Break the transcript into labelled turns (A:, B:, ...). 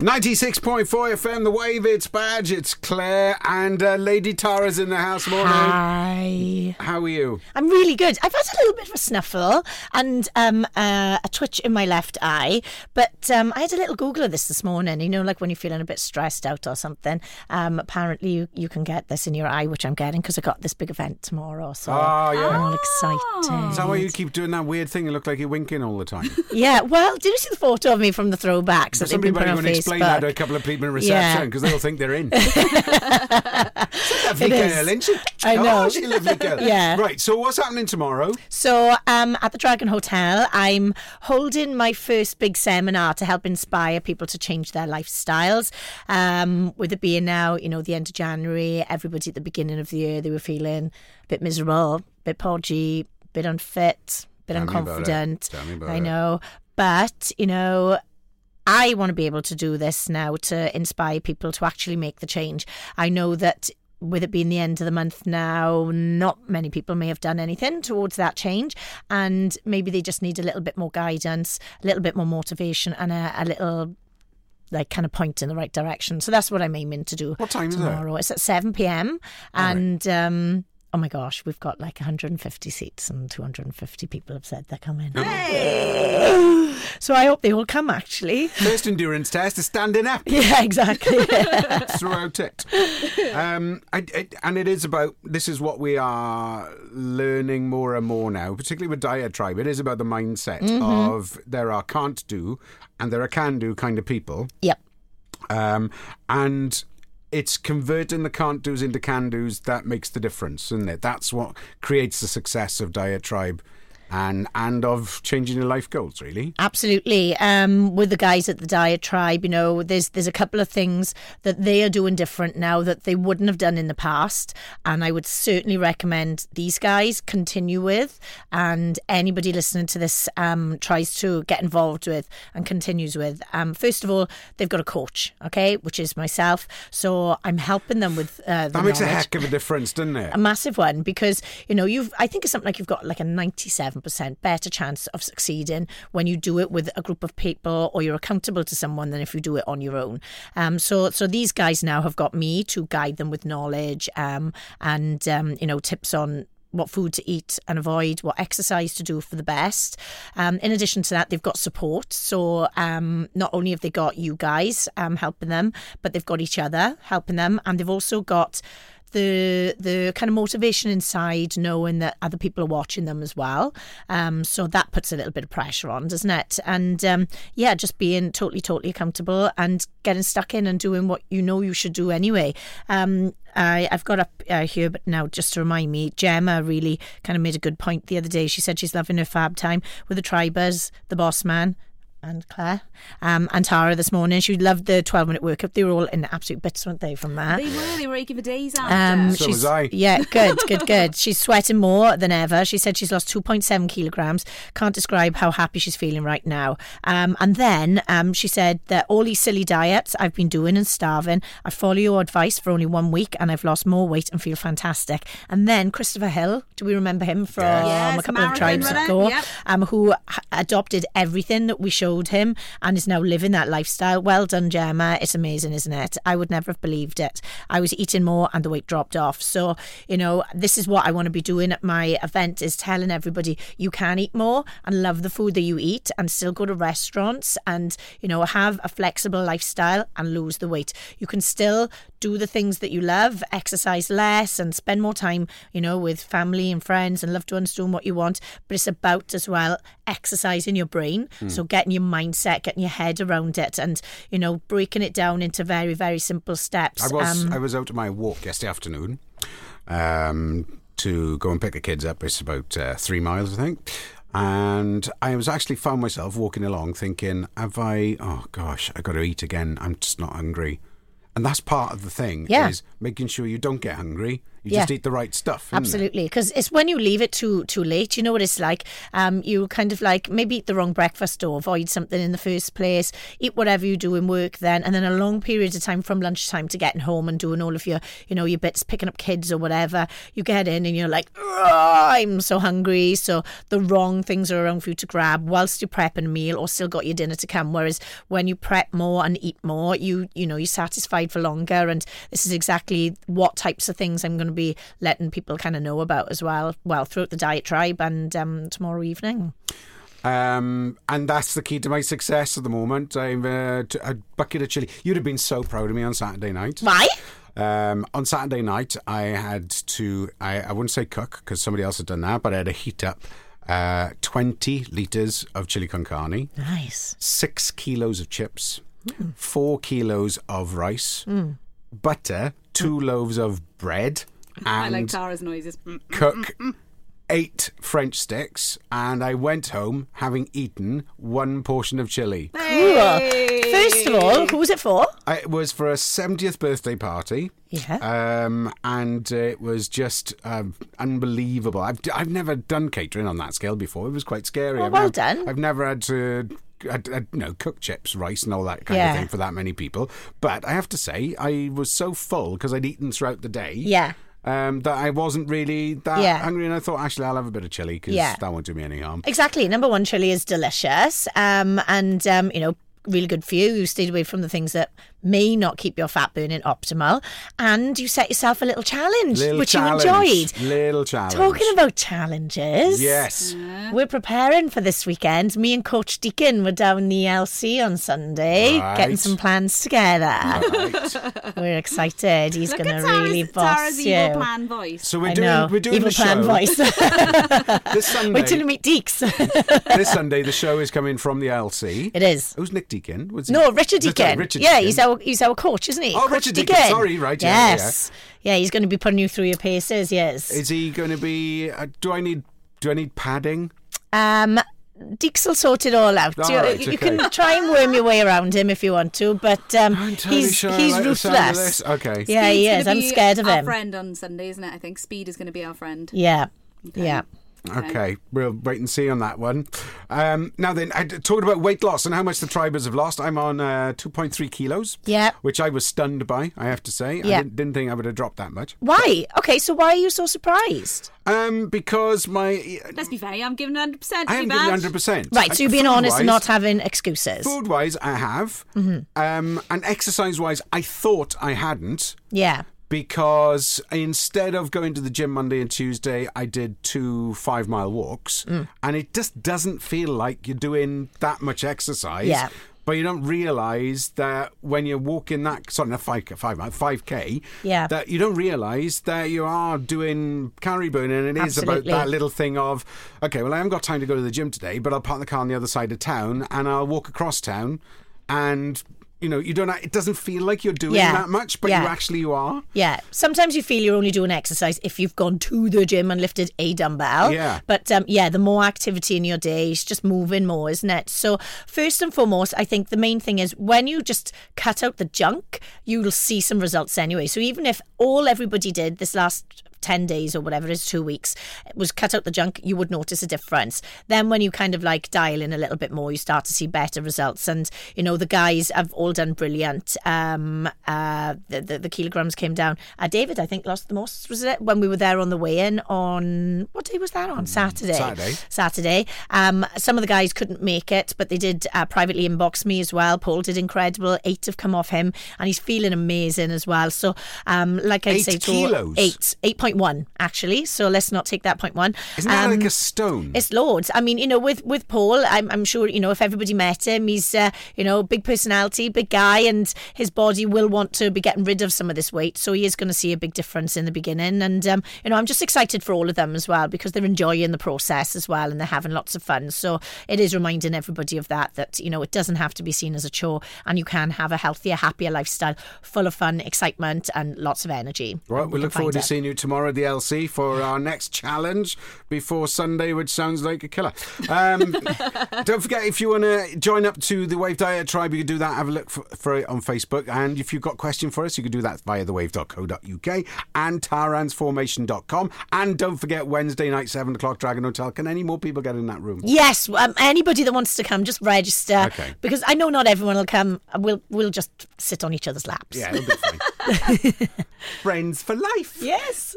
A: 96.4 FM, The Wave, it's Badge, it's Claire, and uh, Lady Tara's in the house morning.
B: Hi.
A: How are you?
B: I'm really good. I've had a little bit of a snuffle and um, uh, a twitch in my left eye, but um, I had a little Google of this this morning. You know, like when you're feeling a bit stressed out or something. Um, apparently, you, you can get this in your eye, which I'm getting because I got this big event tomorrow. So
A: Ah, yeah.
B: I'm all excited.
A: Is that why you keep doing that weird thing? You look like you're winking all the time.
B: Yeah. Well, did you see the photo of me from the throwbacks that they've
A: Somebody
B: been put
A: better
B: on
A: go and
B: Facebook?
A: explain that to a couple of people in reception because they'll think they're in. She's a lovely
B: It
A: girl,
B: is.
A: isn't she?
B: I
A: Oh,
B: know.
A: she's a lovely girl.
B: Yeah.
A: Right, so what's happening tomorrow?
B: So, um, at the Dragon Hotel, I'm holding my first big seminar to help inspire people to change their lifestyles. Um, with it being now, you know, the end of January, everybody at the beginning of the year, they were feeling a bit miserable, a bit podgy, a bit unfit, a bit
A: Tell me about it.
B: unconfident.
A: Tell me about
B: I
A: it.
B: know. But, you know, I want to be able to do this now to inspire people to actually make the change. I know that with it being the end of the month now, not many people may have done anything towards that change. And maybe they just need a little bit more guidance, a little bit more motivation, and a, a little like kind of point in the right direction. So that's what I'm aiming to do.
A: What time is it?
B: tomorrow? It's at 7 p.m. And, um, Oh my gosh, we've got like 150 seats and 250 people have said they're coming. So I hope they all come actually.
A: First endurance test is standing up
B: Yeah, exactly.
A: throughout it. Um, I, I- and it is about this is what we are learning more and more now, particularly with Diatribe. It is about the mindset of there are can't do and there are can do kind of people.
B: yep.
A: Um, and it's converting the can't do's into can do's that makes the difference, isn't it? That's what creates the success of Diatribe and and of changing your life goals, really.
B: Absolutely. Um, with the guys at the Diet Tribe, you know, there's there's a couple of things that they are doing different now that they wouldn't have done in the past, and I would certainly recommend these guys continue with, and anybody listening to this um, tries to get involved with and continues with. Um, first of all, they've got a coach, okay, which is myself, so I'm helping them with uh, the
A: That makes a
B: knowledge.
A: heck of a difference, doesn't it?
B: a massive one because you know you've I think it's something like you've got like a 97% better chance of succeeding when you do it with a group of people or you're accountable to someone than if you do it on your own um so so these guys now have got me to guide them with knowledge um and um you know tips on what food to eat and avoid, what exercise to do for the best. Um, in addition to that, they've got support. So um, not only have they got you guys um, helping them, but they've got each other helping them, and they've also got the the kind of motivation inside knowing that other people are watching them as well um so that puts a little bit of pressure on doesn't it and um yeah just being totally totally accountable and getting stuck in and doing what you know you should do anyway um I, I've got up uh, here, but now just to remind me, Gemma really kind of made a good point the other day. She said she's loving her fab time with the Tribers, the Boss Man, and Claire, um, and Tara this morning. She loved the 12 minute workup. They were all in absolute bits, weren't they, from that?
C: They were, they were aching for days after.
B: Um,
A: So
B: she's,
A: was I.
B: Yeah, good, good, good. She's sweating more than ever. She said she's lost 2.7 kilograms. Can't describe how happy she's feeling right now. Um, and then um, she said that all these silly diets I've been doing and starving, I follow your advice for only one week and I've lost more weight and feel fantastic. And then Christopher Hill, do we remember him from
C: Yes,
B: a couple of
C: marathon
B: tribes
C: runner,
B: ago?
C: yep.
B: um, who h- adopted everything that we showed him and is now living that lifestyle. Well done, Gemma. It's amazing, isn't it? I would never have believed it. I was eating more and the weight dropped off. So, you know, this is what I want to be doing at my event is telling everybody you can eat more and love the food that you eat and still go to restaurants and, you know, have a flexible lifestyle and lose the weight. You can still do the things that you love, exercise less and spend more time, you know, with family and friends and loved ones doing what you want. But it's about as well exercising your brain. So getting your mindset, getting your head around it and, you know, breaking it down into very, very simple steps.
A: I
B: Um,
A: was I was out on my walk yesterday afternoon um, to go and pick the kids up. It's about uh, three miles, I think. And I was actually found myself walking along, thinking, "Have I? Oh gosh, I got to eat again. I'm just not hungry." And that's part of the thing
B: Yeah.
A: is making sure you don't get hungry. You
B: Yeah.
A: just eat the right stuff. isn't it?
B: Absolutely, because it's when you leave it too too late. You know what it's like. Um, you kind of like maybe eat the wrong breakfast or avoid something in the first place. Eat whatever you do in work then, and then a long period of time from lunchtime to getting home and doing all of your you know your bits, picking up kids or whatever. You get in and you're like, "Ugh, I'm so hungry. So the wrong things are around for you to grab whilst you're prepping a meal or still got your dinner to come. Whereas when you prep more and eat more, you you know you're satisfied for longer. And this is exactly what types of things I'm going to be letting people kind of know about as well. Well, throughout the diet tribe and um, tomorrow evening.
A: Um, and that's the key to my success at the moment. I've uh, t- a bucket of chili. You'd have been so proud of me on Saturday night.
B: Why?
A: Um, on Saturday night, I had to, I, I wouldn't say cook because somebody else had done that, but I had to heat up uh, 20 litres of chili con carne,
B: Nice.
A: six kilos of chips, four kilos of rice, butter, two loaves of bread,
C: I like
A: and
C: Tara's noises. Mm.
A: cook eight French sticks. And I went home having eaten one portion of chili.
B: Cool. uh, First of all, who was it for?
A: I- It was for a 70th birthday party.
B: Yeah.
A: Um, and uh, it was just um, unbelievable. I've, I've never done catering on that scale before. It was quite scary.
B: Well,
A: I've
B: well
A: never,
B: done.
A: I've never had to. I, I, you know, cook chips, rice, and all that kind
B: Yeah.
A: of thing for that many people. But I have to say, I was so full because I'd eaten throughout the day.
B: Yeah.
A: Um, that I wasn't really that
B: Yeah.
A: hungry, and I thought actually I'll have a bit of chili because
B: Yeah.
A: that won't do me any harm.
B: Exactly. Number one, chili is delicious, um, and um, you know, really good for you. You stayed away from the things that may not keep your fat burning optimal, and you set yourself a little challenge,
A: Little
B: which
A: challenge,
B: you enjoyed.
A: Little challenge.
B: Talking about challenges,
A: yes,
B: we're preparing for this weekend. Me and Coach Deacon were down the LC on Sunday,
A: Right.
B: getting some plans together.
A: Right.
B: we're excited. He's
C: Look
B: going
C: at
B: to
C: Tara's,
B: really boss
C: Tara's
B: you.
C: evil plan voice.
A: So we're
B: I
A: doing
B: know.
A: we're doing
B: Evil
A: the
B: plan
A: show
B: voice.
A: this Sunday.
B: Wait till you meet Deeks.
A: this Sunday, the show is coming from the LC.
B: it is.
A: Who's Nick Deacon? Was he-
B: No, Richard
A: Sorry,
B: Deacon.
A: Richard
B: yeah,
A: Deacon.
B: he's our he's our coach, isn't he?
A: Oh,
B: Coach
A: Richard Deacon. Sorry, right, yeah, yeah,
B: yes. Yeah, he's going to be putting you through your paces. Yes.
A: Is he going to be? Uh, do I need? Do I need padding?
B: um, Deeks will sort it all out.
A: All
B: you
A: right,
B: you
A: okay.
B: can try and worm your way around him if you want to, but um,
A: I'm entirely
B: he's
A: sure I
B: he's
A: like the sound of
B: ruthless.
A: this. Oh. Okay.
B: Yeah,
C: Speed's
B: he
C: gonna
B: is. I'm
C: be
B: scared of
C: our
B: him.
C: friend on Sunday, isn't it? I think Speed is going to be our friend.
B: Yeah. Yeah.
A: Okay, we'll wait and see on that one. Um, now then, I, talking about weight loss and how much the tribers have lost, I'm on uh, 2.3 kilos.
B: Yeah.
A: Which I was stunned by, I have to say. I
B: Yeah.
A: didn't, didn't think I would have dropped that much.
B: Why? Okay, so why are you so surprised?
A: Um, because my.
C: Let's be fair, I'm giving 100% to
A: I
C: be
A: haven't
C: bad.
A: given 100%.
B: Right, so you're being honest
A: Food-wise-
B: and not having excuses.
A: Food wise, I have. Um, and exercise wise, I thought I hadn't.
B: Yeah.
A: because instead of going to the gym Monday and Tuesday, I did two five mile walks,
B: Mm.
A: and it just doesn't feel like you're doing that much exercise.
B: Yeah.
A: But you don't realise that when you're walking that sorry, not five five mile, five k,
B: Yeah.
A: that you don't realise that you are doing calorie burning, and it is
B: Absolutely.
A: about that little thing of okay, well, I haven't got time to go to the gym today, but I'll park the car on the other side of town and I'll walk across town, and you know, you don't. It doesn't feel like you're doing
B: Yeah.
A: that much, but you
B: Yeah.
A: actually you are.
B: Yeah, sometimes you feel you're only doing exercise if you've gone to the gym and lifted a dumbbell.
A: Yeah.
B: But um, yeah, the more activity in your day is just moving more, isn't it? So, first and foremost, I think the main thing is when you just cut out the junk, you'll see some results anyway. So, even if all everybody did this last 10 days or whatever it is, two weeks, was cut out the junk, you would notice a difference. Then, when you kind of like dial in a little bit more, you start to see better results. And, you know, the guys have all done brilliant. Um, uh, the, the, the kilograms came down. Uh, David, I think, lost the most, was it? When we were there on the weigh in on what day was that on? Saturday.
A: Mm, Saturday.
B: Saturday. Um, some of the guys couldn't make it, but they did uh, privately inbox me as well. Paul did incredible. Eight have come off him, and he's feeling amazing as well. So, um, like I
A: Eight
B: say, to
A: kilos?
B: eight, eight point one actually. So let's not take that point one.
A: Isn't that
B: Um,
A: like a stone?
B: it's loads. I mean, you know, with with Paul, I'm, I'm sure you know if everybody met him, he's uh, you know big personality, big guy, and his body will want to be getting rid of some of this weight, so he is going to see a big difference in the beginning. And um, you know, I'm just excited for all of them as well because they're enjoying the process as well and they're having lots of fun. So it is reminding everybody of that that you know it doesn't have to be seen as a chore, and you can have a healthier, happier lifestyle full of fun, excitement, and lots of energy.
A: Right,
B: And
A: we
B: can
A: look
B: find
A: forward to
B: it.
A: seeing you tomorrow tomorrow at the LC for our next challenge before Sunday, which sounds like a killer. Um, don't forget, if you want to join up to the Wave Diatribe, you can do that. Have a look for, for it on Facebook. And if you've got a question for us, you can do that via thewave.co.uk and taransformation.com. And don't forget, Wednesday night, 7 o'clock, Dragon Hotel. Can any more people get in that room?
B: Yes, um, anybody that wants to come, just register.
A: Okay.
B: Because I know not everyone will come. We'll we'll just sit on each other's laps.
A: Yeah, it'll be fine. Friends for life.
B: Yes.